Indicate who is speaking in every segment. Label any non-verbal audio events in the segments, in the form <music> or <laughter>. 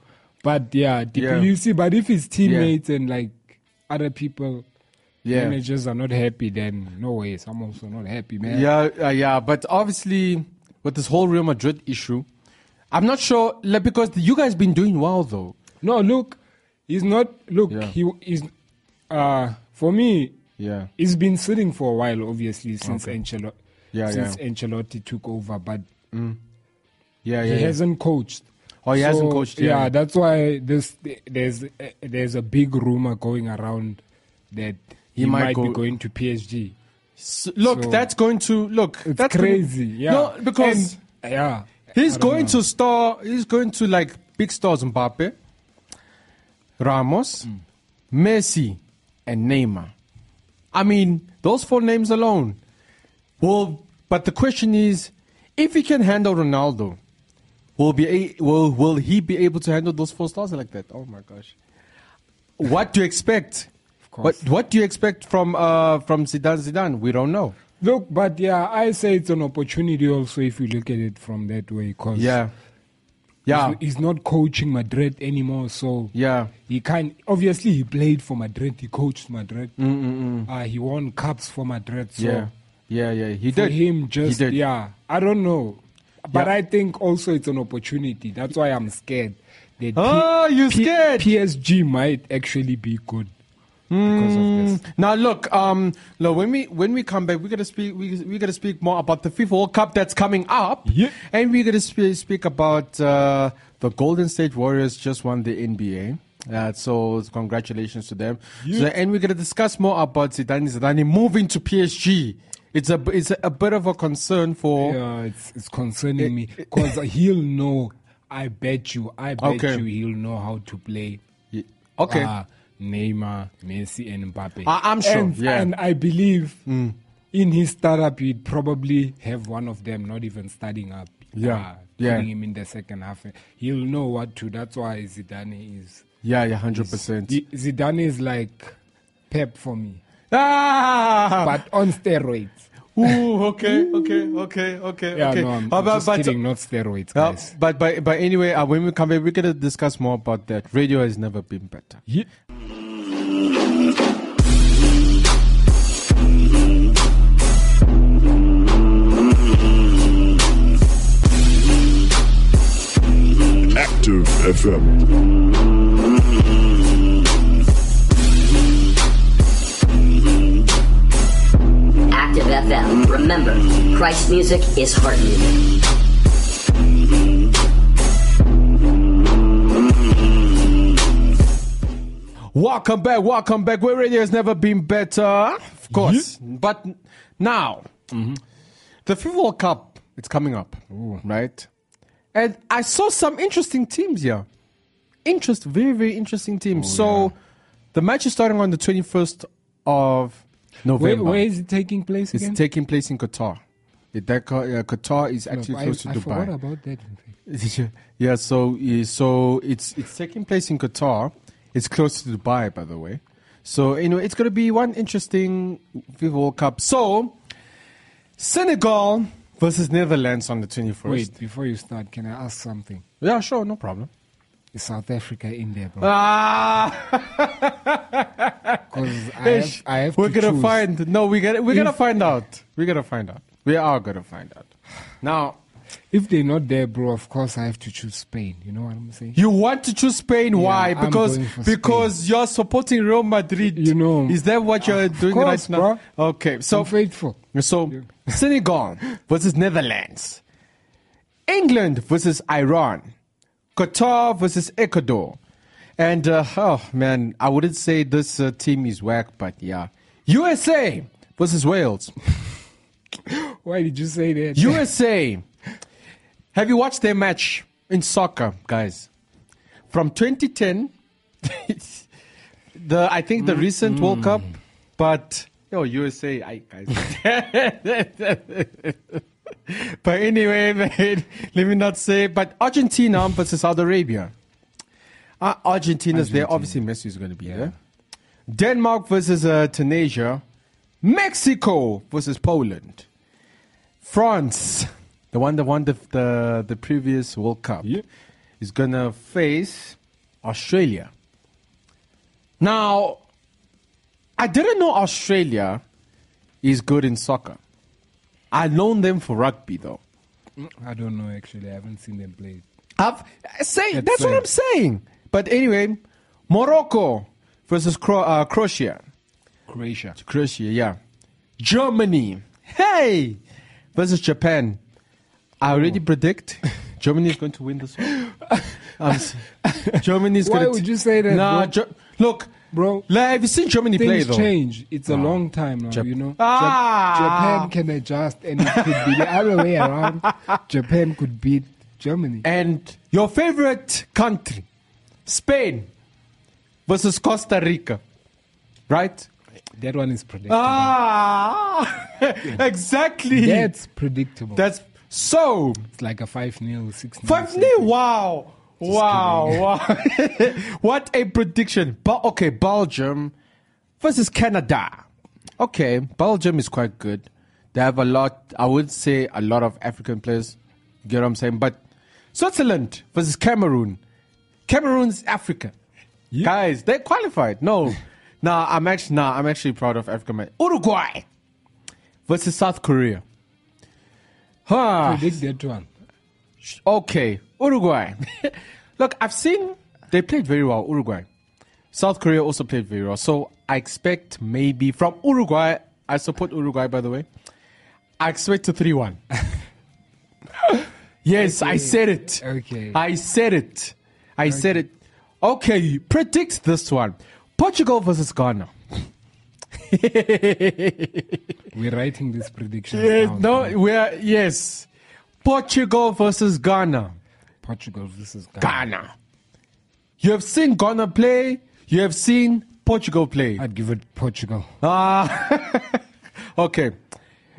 Speaker 1: But yeah, dep-
Speaker 2: Yeah.
Speaker 1: you see. But if his teammates and like other people,
Speaker 2: Yeah.
Speaker 1: managers are not happy, then no way. I'm also not happy, man.
Speaker 2: Yeah, uh, yeah, but obviously with this whole Real Madrid issue, I'm not sure like, because you guys been doing well though.
Speaker 1: No, look, he's not. Look,
Speaker 2: Yeah.
Speaker 1: he is. Uh, for me,
Speaker 2: Yeah.
Speaker 1: he's been sitting for a while, obviously, since Ancelotti.
Speaker 2: Yeah,
Speaker 1: since
Speaker 2: yeah.
Speaker 1: Ancelotti took over, but
Speaker 2: Yeah,
Speaker 1: he
Speaker 2: yeah. yeah.
Speaker 1: hasn't coached.
Speaker 2: Oh, he hasn't coached, yeah.
Speaker 1: that's why this there's uh, there's a big rumor going around that he,
Speaker 2: might
Speaker 1: might,
Speaker 2: go-
Speaker 1: be going to PSG.
Speaker 2: S- look,
Speaker 1: So-
Speaker 2: that's going to look.
Speaker 1: It's
Speaker 2: that's gonna-
Speaker 1: crazy, yeah.
Speaker 2: No, because
Speaker 1: And- yeah,
Speaker 2: he's
Speaker 1: I don't
Speaker 2: going
Speaker 1: know.
Speaker 2: to star. He's going to like big stars: Mbappe, Ramos,
Speaker 1: Mm.
Speaker 2: Messi, and Neymar. I mean, those four names alone. Well, but the question is, if he can handle Ronaldo, will be a- will will he be able to handle those four stars like that? Oh my gosh! What do you expect? Of
Speaker 1: course.
Speaker 2: What, what do you expect from uh, from Zidane? Zidane, we don't know.
Speaker 1: Look, but yeah, I say it's an opportunity also if you look at it from that way. Cause
Speaker 2: Yeah. Yeah.
Speaker 1: He's, he's not coaching Madrid anymore, so
Speaker 2: Yeah.
Speaker 1: he can't. Obviously, he played for Madrid. He coached Madrid. Uh, he won cups for Madrid. So
Speaker 2: Mm, yeah. Yeah, yeah. He
Speaker 1: for
Speaker 2: did.
Speaker 1: him, just
Speaker 2: he did.
Speaker 1: yeah, I don't know, but
Speaker 2: Yeah.
Speaker 1: I think also it's an opportunity. That's why I'm scared. That
Speaker 2: Oh, you scared.
Speaker 1: PSG might actually be good because of this.
Speaker 2: Now look, um, look, when we when we come back, we're gonna speak we we're gonna speak more about the FIFA World Cup that's coming up,
Speaker 1: Yeah.
Speaker 2: and we're gonna sp- speak about uh, the Golden State Warriors just won the NBA. Uh, so congratulations to them. So, and we're gonna discuss more about Zidane Zidane moving to PSG. It's a it's a, a bit of a concern for
Speaker 1: Yeah, it's it's concerning me because he'll know. I bet you. I bet
Speaker 2: Okay.
Speaker 1: you. He'll know how to play.
Speaker 2: okay.
Speaker 1: uh, Neymar, Messi, and Mbappe.
Speaker 2: I- I'm sure,
Speaker 1: And,
Speaker 2: yeah. Mm.
Speaker 1: and I believe in his startup, he'd probably have one of them not even starting up. Ah,
Speaker 2: Yeah, yeah.
Speaker 1: Putting him in the second half. He'll know what to. That's why Zidane is.
Speaker 2: yeah, yeah, hundred percent.
Speaker 1: Z- Zidane is like Pep for me,
Speaker 2: Ah,
Speaker 1: but on steroids.
Speaker 2: Ooh, okay, okay, okay, okay,
Speaker 1: Yeah,
Speaker 2: okay.
Speaker 1: no, I'm,
Speaker 2: Uh,
Speaker 1: I'm
Speaker 2: but-
Speaker 1: just
Speaker 2: but-
Speaker 1: kidding. Not steroids,
Speaker 2: uh,
Speaker 1: guys.
Speaker 2: but but but anyway, uh, when we come back, we're gonna discuss more about that. Radio has never been better.
Speaker 3: Active FM.
Speaker 4: Active FM. Remember, Christ music is heart music.
Speaker 2: Welcome back, welcome back. Where radio has never been better, of course. But now,
Speaker 1: Mm-hmm.
Speaker 2: the FIFA World Cup it's coming up, right? And I saw some interesting teams here. Interest,
Speaker 1: Oh,
Speaker 2: very very interesting teams. so, the match is starting on the twenty first of
Speaker 1: Where,
Speaker 2: November.
Speaker 1: where is it taking place
Speaker 2: it's
Speaker 1: again?
Speaker 2: taking place in Qatar. The Dakar, uh, Qatar is
Speaker 1: No,
Speaker 2: actually
Speaker 1: I,
Speaker 2: close
Speaker 1: I
Speaker 2: to Dubai. <laughs>
Speaker 1: forgot about that. in fact.
Speaker 2: yeah, so uh, so it's it's taking place in Qatar. It's close to Dubai, by the way. So anyway, it's going to be one interesting FIFA World Cup. So Senegal versus Netherlands on the twenty first.
Speaker 1: Wait, before you start, can I ask something?
Speaker 2: Yeah, sure, no problem.
Speaker 1: Is South Africa in there, bro?
Speaker 2: Ah, <laughs>
Speaker 1: Because I have, I have
Speaker 2: we're
Speaker 1: to
Speaker 2: gonna
Speaker 1: choose.
Speaker 2: find. No, we gotta. We're gonna
Speaker 1: If-
Speaker 2: find out. We're gonna find out. We are gonna find out. Now,
Speaker 1: If they're not there, bro, of course I have to choose Spain. You know what I'm saying?
Speaker 2: you want to choose Spain? Why?
Speaker 1: I'm
Speaker 2: Because
Speaker 1: going for
Speaker 2: because you're supporting Real Madrid.
Speaker 1: You know.
Speaker 2: is that what you're doing
Speaker 1: course,
Speaker 2: right now? Okay, so
Speaker 1: So faithful.
Speaker 2: So Senegal <laughs> versus Netherlands, England versus Iran, Qatar versus Ecuador, and uh, oh man, I wouldn't say this uh, team is whack, but yeah, USA versus Wales,
Speaker 1: Why did you say
Speaker 2: <laughs>
Speaker 1: that?
Speaker 2: USA. Have you watched their match in soccer, guys? From 2010, <laughs> the I think the recent World Cup, but yo USA, I guys. <laughs> but anyway, <laughs> man, let me not say. But Argentina versus Saudi Arabia. Uh, Argentina's there. Obviously, Messi is going to be there. Denmark versus uh, Tunisia. Mexico versus Poland. France, the one that won the the, the previous World Cup, is going to face Australia. Now, I didn't know Australia is good in soccer. I known them for rugby though.
Speaker 1: Mm, I don't know, actually. I haven't seen them play.
Speaker 2: I've I say
Speaker 1: That's
Speaker 2: that's what
Speaker 1: right.
Speaker 2: I'm saying. But anyway, Morocco versus Cro- uh, Croatia.
Speaker 1: Croatia.
Speaker 2: Croatia, yeah. Germany, hey, versus Japan. I
Speaker 1: Oh.
Speaker 2: already predict Germany is going to win this
Speaker 1: <laughs>
Speaker 2: one. I'm s- Germany is
Speaker 1: Why
Speaker 2: gonna
Speaker 1: would you say that,
Speaker 2: Nah,
Speaker 1: bro?
Speaker 2: Ge- look,
Speaker 1: Bro,
Speaker 2: like, have you seen Germany play
Speaker 1: Things
Speaker 2: though?
Speaker 1: change. It's a long time now,
Speaker 2: Jap-
Speaker 1: you know. Jap-
Speaker 2: Ah!
Speaker 1: Japan can adjust, and it could be the other
Speaker 2: <laughs>
Speaker 1: way around. Japan could beat Germany.
Speaker 2: And your favorite country, Spain versus Costa Rica, right?
Speaker 1: That one is predictable.
Speaker 2: Ah, <laughs> exactly.
Speaker 1: That's predictable.
Speaker 2: That's so
Speaker 1: it's like a 5 0, 6 0.
Speaker 2: five nil. Wow, wow, wow. <laughs> what a prediction! But okay, Belgium versus Canada. Okay, Belgium is quite good. They have a lot. I would say a lot of African players. You get what I'm saying? But Switzerland versus Cameroon. Cameroon's Africa. Guys, they qualified. No, nah, I'm actually nah, I'm actually proud of Africa. Man. Uruguay versus South Korea. Huh.
Speaker 1: Predict that one.
Speaker 2: Okay, Uruguay. <laughs> Look, I've seen they played very well, Uruguay. South Korea also played very well. So I expect maybe from Uruguay, I support Uruguay by the way. I expect a 3 1. <laughs> yes, I said it.
Speaker 1: Okay.
Speaker 2: I said it. I said it. Okay, predict this one Portugal versus Ghana. <laughs>
Speaker 1: We're writing this prediction.
Speaker 2: Yes,
Speaker 1: down.
Speaker 2: no, we are, yes. Portugal versus Ghana.
Speaker 1: Portugal versus Ghana.
Speaker 2: Ghana. You have seen Ghana play. You have seen Portugal play.
Speaker 1: I'd give it Portugal.
Speaker 2: Ah, <laughs> okay,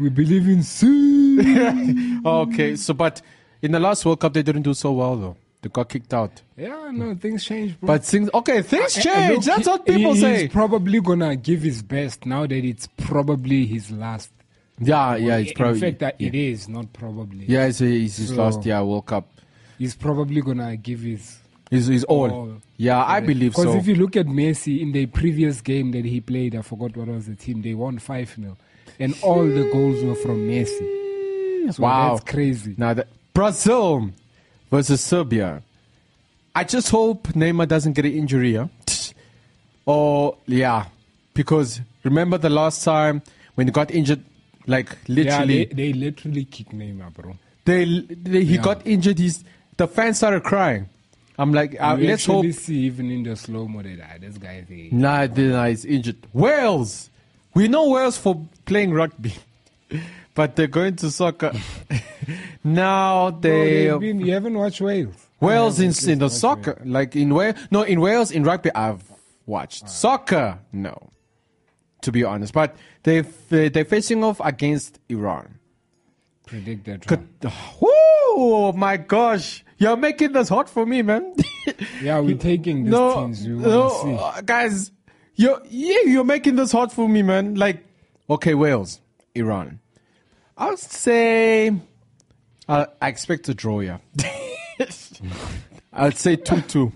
Speaker 1: We believe in sea.
Speaker 2: <laughs> okay. So, but in the last World Cup, they didn't do so well though. They got kicked out.
Speaker 1: yeah, no, things change, bro.
Speaker 2: But things, okay, things
Speaker 1: Uh, uh,
Speaker 2: change.
Speaker 1: look,
Speaker 2: That's
Speaker 1: he-
Speaker 2: what people
Speaker 1: he-
Speaker 2: say.
Speaker 1: He's probably gonna give his best now that it's probably his last.
Speaker 2: yeah, yeah, it's
Speaker 1: In
Speaker 2: probably.
Speaker 1: fact, Oh. that
Speaker 2: yeah.
Speaker 1: it is not probably.
Speaker 2: yeah, it's, it's his
Speaker 1: So-
Speaker 2: last year World Cup.
Speaker 1: he's probably gonna give his.
Speaker 2: Is is all.
Speaker 1: All.
Speaker 2: Yeah, I believe
Speaker 1: Oh. Because
Speaker 2: so.
Speaker 1: if you look at Messi in the previous game that he played, I forgot what was the team. They won five 0 and all the goals were from Messi. So
Speaker 2: wow,
Speaker 1: that's crazy.
Speaker 2: Now that Brazil versus Serbia, I just hope Neymar doesn't get an injury. Yeah? Or yeah, because remember the last time when he got injured, like
Speaker 1: yeah, they,
Speaker 2: literally,
Speaker 1: they literally kick Neymar, bro.
Speaker 2: they, they- he
Speaker 1: Yeah.
Speaker 2: got injured. He's the fans started crying. I'm like, uh,
Speaker 1: you
Speaker 2: let's hope.
Speaker 1: actually see even in the slow mo that ah, this guy they
Speaker 2: Nah, then nah, he's injured. Wales, we know Wales for playing rugby, <laughs> but they're going to soccer. <laughs> now
Speaker 1: Bro,
Speaker 2: they.
Speaker 1: they've been- you haven't watched Wales.
Speaker 2: Wales in, in the
Speaker 1: watch
Speaker 2: soccer, like in Wales, no, in Wales in rugby I've watched soccer. No, to be honest. But they uh, they're facing off against Iran. <sighs>
Speaker 1: Predict that ah. one.
Speaker 2: Oh my gosh, you're making this hot for me, man. <laughs>
Speaker 1: Yeah, we're taking these
Speaker 2: no,
Speaker 1: teams. We
Speaker 2: no,
Speaker 1: want to see.
Speaker 2: uh, guys, you're yeah, you're making this hot for me, man. Like, okay, Wales, Iran. I'll say, I I expect a draw. Yeah, <laughs> I'd say two two.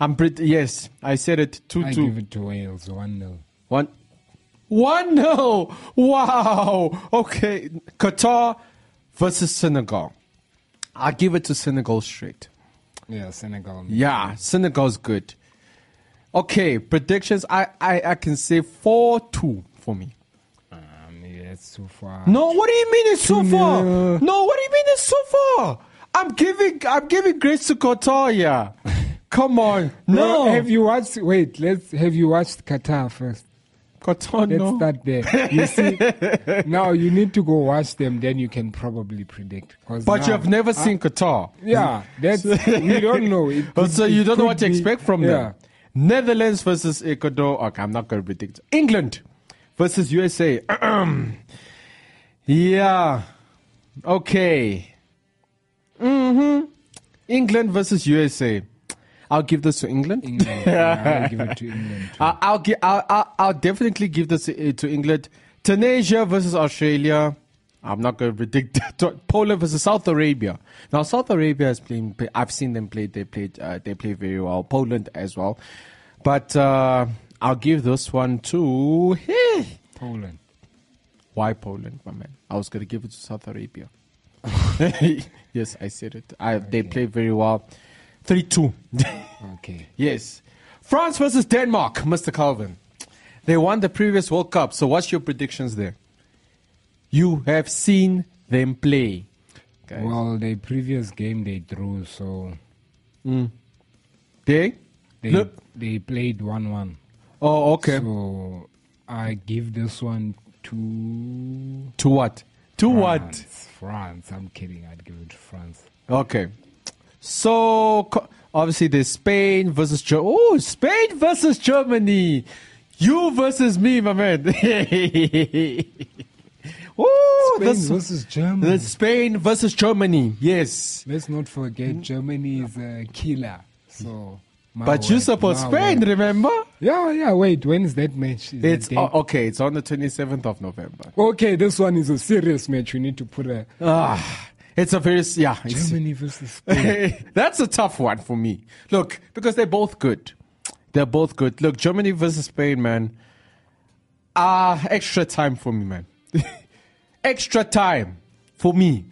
Speaker 2: I'm pretty yes. I said it two
Speaker 1: I
Speaker 2: two.
Speaker 1: give it to Wales 1 0.
Speaker 2: One. One no. Wow. Okay. Qatar versus Senegal. I give it to Senegal straight.
Speaker 1: Yeah, Senegal.
Speaker 2: Yeah, Senegal's good. Okay, predictions. I I, I can say four two for me.
Speaker 1: Um, yeah, it's too far.
Speaker 2: No, what do you mean it's so far?
Speaker 1: 2-0.
Speaker 2: No, what do you mean it's so far? I'm giving I'm giving grace to Qatar. Yeah. <laughs> Come on.
Speaker 1: Bro,
Speaker 2: No.
Speaker 1: Have you watched? Wait, let's. Have you watched Qatar first?
Speaker 2: Qatar?
Speaker 1: Let's
Speaker 2: No.
Speaker 1: start there.
Speaker 2: <laughs>
Speaker 1: You see, now you need to go watch them. Then you can probably predict. 'cause
Speaker 2: But you
Speaker 1: now-
Speaker 2: have never seen Qatar.
Speaker 1: Yeah, that's we don't know. It
Speaker 2: Oh, <laughs>
Speaker 1: could-
Speaker 2: so
Speaker 1: it
Speaker 2: you don't know
Speaker 1: could
Speaker 2: what to
Speaker 1: be-
Speaker 2: expect from
Speaker 1: yeah.
Speaker 2: them. Netherlands versus Ecuador. Okay, I'm not going to predict. England versus USA. <clears throat> yeah. Okay. Mm-hmm. England versus USA. I'll give this to England. <laughs>
Speaker 1: England, yeah, I give it to England. too.
Speaker 2: I- I'll, gi- I'll, I'll, I'll definitely give this uh, to England. Tunisia versus Australia. I'm not going to predict <laughs> that. Poland versus South Arabia. Now South Arabia has been. I've seen them play. They played. Uh, they play very well. Poland as well. But uh, I'll give this one to. Hey.
Speaker 1: Poland.
Speaker 2: Why Poland, my man? I was going to give it to South Arabia. <laughs> yes, I said it. I, They play very well. Three two. <laughs>
Speaker 1: Okay.
Speaker 2: Yes. France versus Denmark, Mr. Calvin. They won the previous World Cup. So what's your predictions there? You have seen them play. Guys.
Speaker 1: Well, the previous game they drew, so
Speaker 2: they?
Speaker 1: they
Speaker 2: Look.
Speaker 1: they played one-one.
Speaker 2: Oh, okay.
Speaker 1: So I give this one to
Speaker 2: to what? To
Speaker 1: France.
Speaker 2: what?
Speaker 1: France. I'm kidding. I'd give it to France.
Speaker 2: Okay. So co- obviously there's Spain versus Ger- Oh, Spain versus Germany. You versus me, my man. <laughs> oh,
Speaker 1: Spain
Speaker 2: that's-
Speaker 1: versus Germany.
Speaker 2: that's Spain versus Germany. Yes.
Speaker 1: Let's not
Speaker 2: Hmm?
Speaker 1: forget Germany is a killer. So, my
Speaker 2: But you
Speaker 1: word,
Speaker 2: support
Speaker 1: my
Speaker 2: Spain,
Speaker 1: word.
Speaker 2: remember?
Speaker 1: Yeah, yeah. Wait, when is that match? Is that
Speaker 2: It's
Speaker 1: date?
Speaker 2: o okay. It's on the twenty seventh of November.
Speaker 1: okay. This one is a serious match. We need to put a
Speaker 2: Ah, it's a very s- yeah. It's, <laughs>
Speaker 1: Germany versus Spain.
Speaker 2: that's a tough one for me. Look, because they're both good. They're both good. Look, Germany versus Spain, man. Ah, extra time for me, man. <laughs> extra time for me.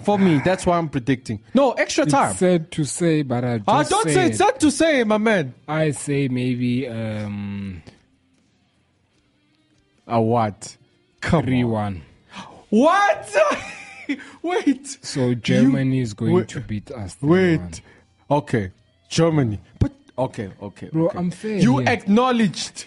Speaker 2: For me, that's why I'm predicting. No, extra time.
Speaker 1: Ah. It's sad to say, but I just
Speaker 2: Ah, don't say it's
Speaker 1: it.
Speaker 2: not to say, my man.
Speaker 1: I say maybe um,
Speaker 2: Ah, what? Come on.
Speaker 1: three-one.
Speaker 2: What? <laughs> Wait.
Speaker 1: So Germany
Speaker 2: You-
Speaker 1: is going
Speaker 2: wait.
Speaker 1: to beat us. 3-1.
Speaker 2: Wait. Okay. Germany. But okay, okay.
Speaker 1: Bro,
Speaker 2: okay.
Speaker 1: I'm fair
Speaker 2: You
Speaker 1: here.
Speaker 2: acknowledged.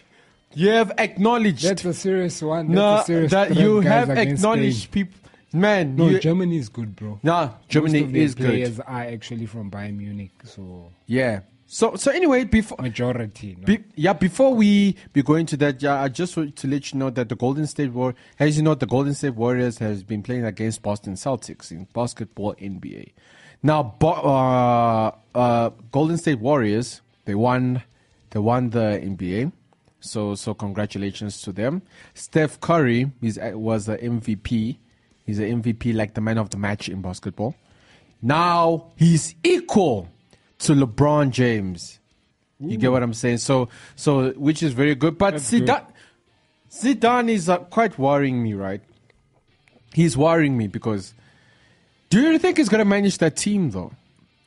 Speaker 2: You have acknowledged.
Speaker 1: That's a serious one. That's
Speaker 2: no,
Speaker 1: a serious
Speaker 2: that
Speaker 1: threat,
Speaker 2: you
Speaker 1: guys,
Speaker 2: have
Speaker 1: against
Speaker 2: acknowledged
Speaker 1: Spain.
Speaker 2: people. Man,
Speaker 1: No,
Speaker 2: you,
Speaker 1: Germany is good, bro.
Speaker 2: Nah, Germany
Speaker 1: Most of their
Speaker 2: is good.
Speaker 1: players are actually from Bayern Munich, so
Speaker 2: yeah. So so anyway, before
Speaker 1: majority. No?
Speaker 2: Be, yeah, before we be going to that, yeah, I just want to let you know that the Golden State War, as you know, the Golden State Warriors has been playing against Boston Celtics in basketball NBA. Now, Bo- uh, uh, Golden State Warriors they won, they won the NBA. So so congratulations to them. Steph Curry is a- was the MVP. He's the MVP, like the man of the match in basketball. Now he's equal to LeBron James. You get what I'm saying? So, so which is very good. But
Speaker 1: That's
Speaker 2: Zidane, Zidane is uh, quite worrying me, right? He's worrying me because do you think he's gonna manage that team though?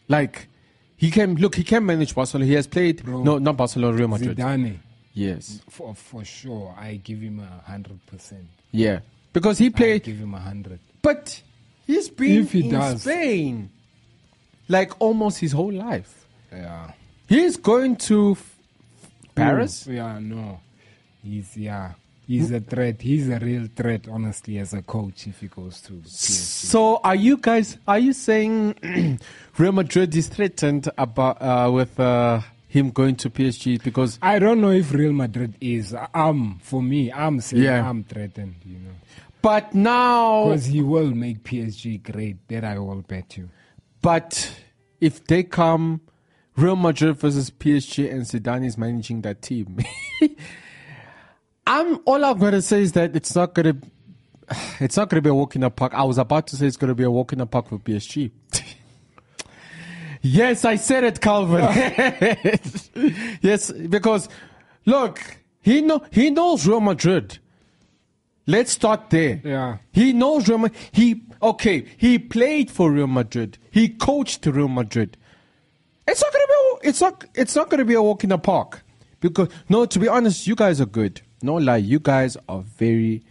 Speaker 2: Like he can look, he can manage Barcelona. He has played no, not Barcelona, Real Madrid.
Speaker 1: Zidane,
Speaker 2: Yes,
Speaker 1: for for sure, I give him a hundred percent.
Speaker 2: yeah, because he
Speaker 1: I
Speaker 2: played,
Speaker 1: give him a hundred.
Speaker 2: but he's been
Speaker 1: If he
Speaker 2: in
Speaker 1: does.
Speaker 2: Spain like almost his whole life.
Speaker 1: Yeah.
Speaker 2: He's going to f- Paris.
Speaker 1: Mm, Yeah, no, he's yeah, he's a threat. He's a real threat, honestly, as a coach. If he goes to PSG,
Speaker 2: So are you <clears throat> guys? Are you saying Real Madrid is threatened about uh, with uh, him going to PSG because
Speaker 1: I don't know if Real Madrid is. I'm for me. I'm saying
Speaker 2: Yeah.
Speaker 1: I'm threatened. You know,
Speaker 2: but now
Speaker 1: because he will make PSG great. That I will bet you.
Speaker 2: but if they come Real Madrid versus PSG and Zidane is managing that team. <laughs> I'm all I'm gonna say is that it's not gonna <sighs> it's not gonna be a walk in the park. I was about to say it's gonna be a walk in the park for PSG. <laughs> yes, I said it, Calvin. <laughs> yes, because look, he know he knows Real Madrid. Let's start there.
Speaker 1: Yeah.
Speaker 2: He knows Real Madrid. He okay. He played for Real Madrid. He coached Real Madrid. It's not gonna be. A, it's not. It's not gonna be a walk in the park. Because no, to be honest, you guys are good. No lie, you guys are very,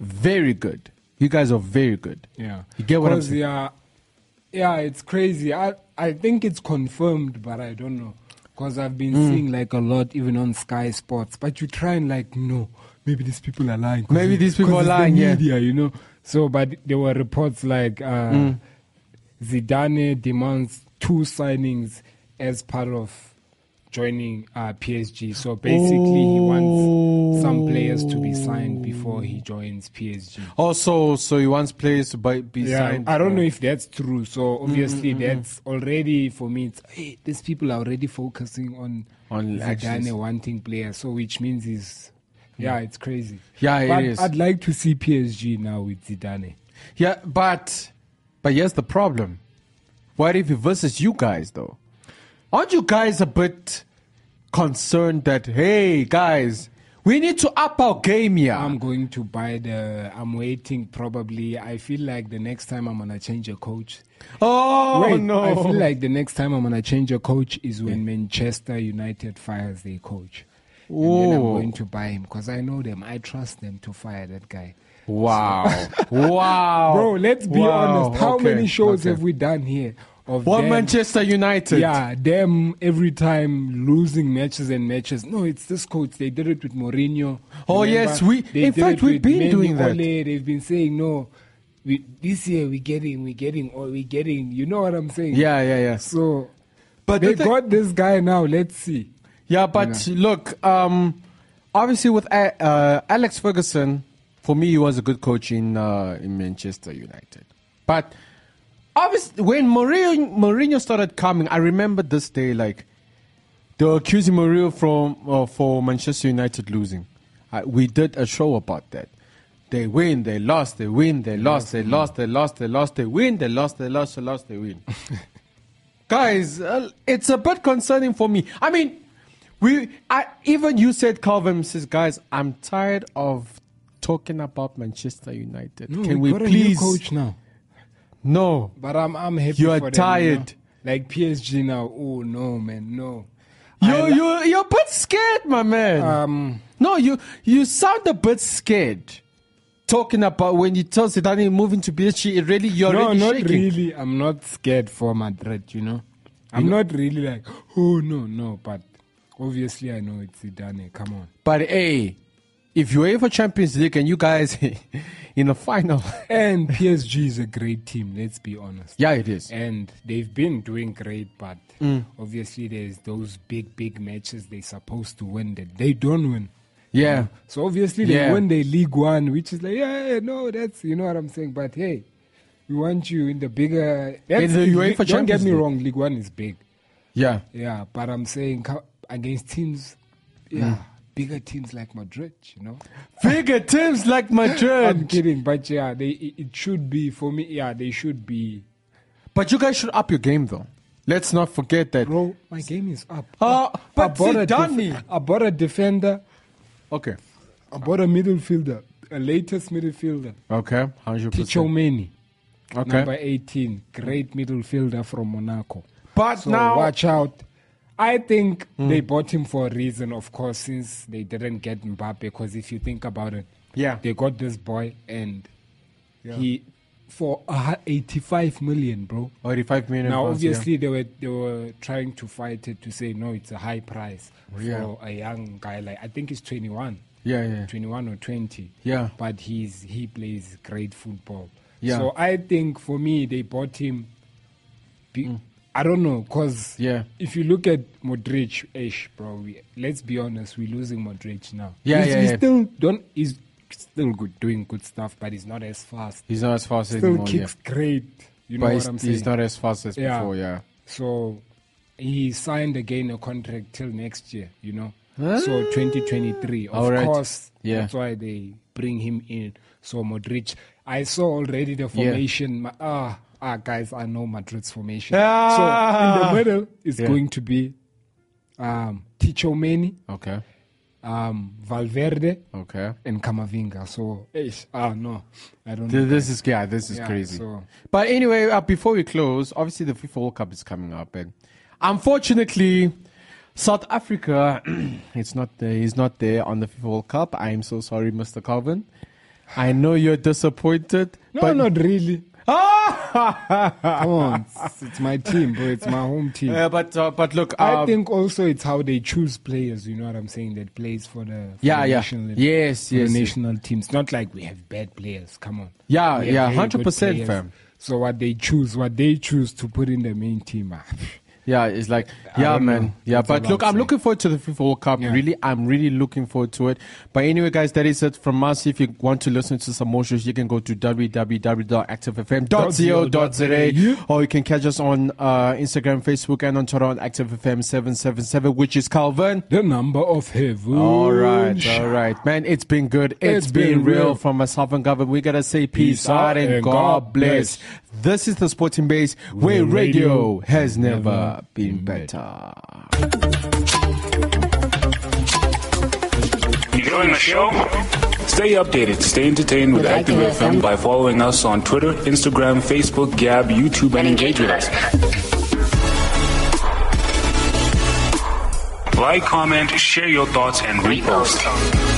Speaker 2: very good. You guys are very good.
Speaker 1: Yeah.
Speaker 2: You get what I'm
Speaker 1: 'Cause,
Speaker 2: saying?
Speaker 1: Yeah, yeah, it's crazy. I I think it's confirmed, but I don't know. Because I've been
Speaker 2: Mm.
Speaker 1: seeing like a lot, even on Sky Sports. But you try and like, no, maybe these people are lying. 'cause
Speaker 2: Maybe
Speaker 1: it-
Speaker 2: these people
Speaker 1: 'cause
Speaker 2: are
Speaker 1: it's
Speaker 2: lying,
Speaker 1: the
Speaker 2: yeah.
Speaker 1: Media, you know. So, but there were reports like uh,
Speaker 2: Mm.
Speaker 1: Zidane demands two signings as part of joining uh, PSG. So basically, he wants some players to be signed before he
Speaker 2: Oh.
Speaker 1: joins PSG.
Speaker 2: Also, so he wants players to buy, be
Speaker 1: Yeah,
Speaker 2: signed.
Speaker 1: I don't know if that's true. So obviously, that's already for me. It's, hey, these people are already focusing on
Speaker 2: On actions.
Speaker 1: Zidane wanting players, so which means he's yeah, it's crazy.
Speaker 2: Yeah, it
Speaker 1: but
Speaker 2: is.
Speaker 1: I'd like to see PSG now with Zidane.
Speaker 2: Yeah, but but here's the problem. What if he versus you guys though? Aren't you guys a bit concerned that hey guys, we need to up our game here?
Speaker 1: I'm going to buy the. I'm waiting. Probably, I feel like the next time I'm gonna change a coach.
Speaker 2: oh
Speaker 1: Wait,
Speaker 2: no!
Speaker 1: I feel like the next time I'm gonna change a coach is when Manchester United fires their coach. And then I'm
Speaker 2: Whoa.
Speaker 1: going to buy him because I know them. I trust them to fire that guy. <laughs>
Speaker 2: wow, wow,
Speaker 1: Bro, let's be
Speaker 2: Wow.
Speaker 1: honest. How
Speaker 2: Okay,
Speaker 1: many shows
Speaker 2: okay.
Speaker 1: have we done here? Of
Speaker 2: What
Speaker 1: them-
Speaker 2: Manchester United?
Speaker 1: Yeah, them every time losing matches and matches. No, it's this coach. They did it with Mourinho.
Speaker 2: Oh, yes, we-
Speaker 1: They
Speaker 2: in
Speaker 1: did
Speaker 2: fact,
Speaker 1: it
Speaker 2: we've
Speaker 1: with
Speaker 2: been
Speaker 1: Manny
Speaker 2: doing that.
Speaker 1: Ole. They've been saying no. We, this year we getting, we getting, or we getting. You know what I'm saying?
Speaker 2: yeah, yeah, yeah.
Speaker 1: So,
Speaker 2: But
Speaker 1: but they
Speaker 2: the thing-
Speaker 1: got this guy now. Let's see.
Speaker 2: Yeah, but look, um, obviously with A- uh, Alex Ferguson, for me, he was a good coach in uh, in Manchester United. But obviously, when Mourinho, Mourinho started coming, I remember this day like they were accusing Mourinho from uh, for Manchester United losing. Uh, we did a show about that. They win, they lost, they win, they lost,
Speaker 1: mm.
Speaker 2: they lost, they lost, they lost, they win, they lost, they lost, they lost, they
Speaker 1: <laughs>
Speaker 2: win guys uh, it's a bit concerning for me i mean we I, even you said calvin says guys i'm tired of talking about manchester united
Speaker 1: No,
Speaker 2: can
Speaker 1: we,
Speaker 2: we,
Speaker 1: got
Speaker 2: please
Speaker 1: a new coach now?
Speaker 2: no
Speaker 1: But I'm I'm happy.
Speaker 2: You are
Speaker 1: for them,
Speaker 2: tired.
Speaker 1: know? Like PSG now. Oh no, man, no.
Speaker 2: you you you're a bit scared my man
Speaker 1: Um,
Speaker 2: no you you sound a bit scared talking about when you tell Zidane moving to PSG it really you're
Speaker 1: no,
Speaker 2: already
Speaker 1: not
Speaker 2: shaking
Speaker 1: really. I'm not scared for Madrid. You know, I'm not really like oh no no. But obviously, I know it's Zidane. Come on.
Speaker 2: but hey if you're ever Champions League and you guys <laughs> in the final <laughs>
Speaker 1: And PSG is a great team. Let's be honest.
Speaker 2: yeah Mm. it is
Speaker 1: And they've been doing great, but obviously there's those big, big matches they're supposed to win that they don't win.
Speaker 2: yeah
Speaker 1: So obviously they
Speaker 2: Yeah.
Speaker 1: win the League One, which is like, yeah, yeah, no, that's you know what I'm saying. But hey, we want you in the bigger. That's
Speaker 2: the UEFA
Speaker 1: don't get
Speaker 2: Champions
Speaker 1: me
Speaker 2: League.
Speaker 1: wrong, League One is big.
Speaker 2: yeah
Speaker 1: Yeah, but I'm saying co- against teams, yeah, bigger teams like Madrid, you know.
Speaker 2: bigger teams like
Speaker 1: I'm
Speaker 2: Madrid.
Speaker 1: kidding, but yeah, they it it should be for me. Yeah, they should be.
Speaker 2: But you guys should up your game, though. Let's not forget that.
Speaker 1: Bro, my game is up.
Speaker 2: Uh, but
Speaker 1: I bought, a
Speaker 2: Zidane-
Speaker 1: I bought a defender.
Speaker 2: Okay.
Speaker 1: I bought a middle fielder, a latest midfielder,
Speaker 2: Okay. Hundred percent.
Speaker 1: Tichomeni. number
Speaker 2: Okay.
Speaker 1: 18, great midfielder from Monaco.
Speaker 2: But
Speaker 1: So
Speaker 2: now-
Speaker 1: watch out. I think they bought him for a reason, of course, since they didn't get Mbappe. Because if you think about it,
Speaker 2: Yeah.
Speaker 1: they got this boy and he for a hu- 85 million, bro.
Speaker 2: Eighty-five million.
Speaker 1: Now,
Speaker 2: pounds, yeah.
Speaker 1: obviously, they were they were trying to fight it to say no, it's a high price
Speaker 2: Yeah.
Speaker 1: for a young guy. Like I think he's 21.
Speaker 2: Yeah, yeah, yeah.
Speaker 1: 21 or 20.
Speaker 2: Yeah.
Speaker 1: But he's he plays great football.
Speaker 2: Yeah.
Speaker 1: So I think for me, they bought him be, I don't know, because
Speaker 2: Mm. Yeah.
Speaker 1: if you look at Modric, ish, bro, we, let's be honest, we're losing Modric now.
Speaker 2: Yeah,
Speaker 1: he's,
Speaker 2: yeah,
Speaker 1: he's
Speaker 2: yeah.
Speaker 1: still don't. He's still good, doing good stuff, but he's not as fast.
Speaker 2: He's not as fast as
Speaker 1: still
Speaker 2: anymore. yeah.
Speaker 1: kicks great. You know
Speaker 2: But
Speaker 1: what I'm
Speaker 2: he's,
Speaker 1: saying?
Speaker 2: he's not as fast as
Speaker 1: yeah.
Speaker 2: before, yeah.
Speaker 1: So he signed again a contract till next year. You know, so 2023. Of
Speaker 2: All right.
Speaker 1: course,
Speaker 2: Yeah.
Speaker 1: that's why they bring him in. So Modric, I saw already the formation. Ma- ah, ah, guys, I know Madrid's formation.
Speaker 2: Ah.
Speaker 1: So in the middle is
Speaker 2: Yeah.
Speaker 1: going to be um, Tichomeni,
Speaker 2: Okay.
Speaker 1: um, Valverde,
Speaker 2: Okay.
Speaker 1: and Kamavinga. So eish, ah, no, I don't.
Speaker 2: Th-
Speaker 1: know.
Speaker 2: This is yeah, this is
Speaker 1: Yeah,
Speaker 2: crazy.
Speaker 1: so-
Speaker 2: But anyway, uh, before we close, obviously the FIFA World Cup is coming up, and unfortunately, South Africa, <clears throat> it's not there, is not there on the FIFA World Cup. I am so sorry, Mr. Calvin. I know you're disappointed,
Speaker 1: No,
Speaker 2: but
Speaker 1: not really.
Speaker 2: <laughs> Ah! <laughs>
Speaker 1: Come on, it's, it's my team, bro. It's my home team.
Speaker 2: Yeah, but uh, but look,
Speaker 1: I
Speaker 2: um,
Speaker 1: think also it's how they choose players. You know what I'm saying? That plays for the for
Speaker 2: Yeah,
Speaker 1: the
Speaker 2: yeah.
Speaker 1: national
Speaker 2: Yes,
Speaker 1: for the
Speaker 2: yes, yes.
Speaker 1: national teams. Not like we have bad players. Come on.
Speaker 2: Yeah,
Speaker 1: We have
Speaker 2: yeah,
Speaker 1: very good
Speaker 2: 100%
Speaker 1: players.
Speaker 2: fam.
Speaker 1: So what they choose, what they choose to put in the main team. ah, <laughs>
Speaker 2: Yeah, it's like
Speaker 1: I
Speaker 2: yeah,
Speaker 1: don't
Speaker 2: man.
Speaker 1: know.
Speaker 2: Yeah,
Speaker 1: That's
Speaker 2: but
Speaker 1: all
Speaker 2: look,
Speaker 1: I'm
Speaker 2: I'm
Speaker 1: saying.
Speaker 2: looking forward to the FIFA World Cup.
Speaker 1: Yeah.
Speaker 2: Really, I'm really looking forward to it. But anyway, guys, that is it from us. If you want to listen to some more shows, you can go to www.activefm.co.za or you can catch us on uh, Instagram, Facebook, and on Twitter on ActiveFM777, which is Calvin.
Speaker 1: the number of heaven.
Speaker 2: All right, all right, man. It's been good. it's
Speaker 1: It's
Speaker 2: been,
Speaker 1: been
Speaker 2: real.
Speaker 1: real.
Speaker 2: from myself and government. We gotta say peace,
Speaker 1: Peace
Speaker 2: out
Speaker 1: out
Speaker 2: and,
Speaker 1: and
Speaker 2: God,
Speaker 1: God
Speaker 2: bless. This is the sporting base where
Speaker 1: Where
Speaker 2: radio
Speaker 1: radio
Speaker 2: has never,
Speaker 1: never
Speaker 2: been
Speaker 1: been
Speaker 2: better.
Speaker 5: Enjoying the show? Stay updated, stay entertained with
Speaker 4: With
Speaker 5: Active
Speaker 4: Active
Speaker 5: FM
Speaker 4: FM.
Speaker 5: by following us on Twitter, Instagram, Facebook, Gab, YouTube, and engage with us. Like, comment, share your thoughts, and repost.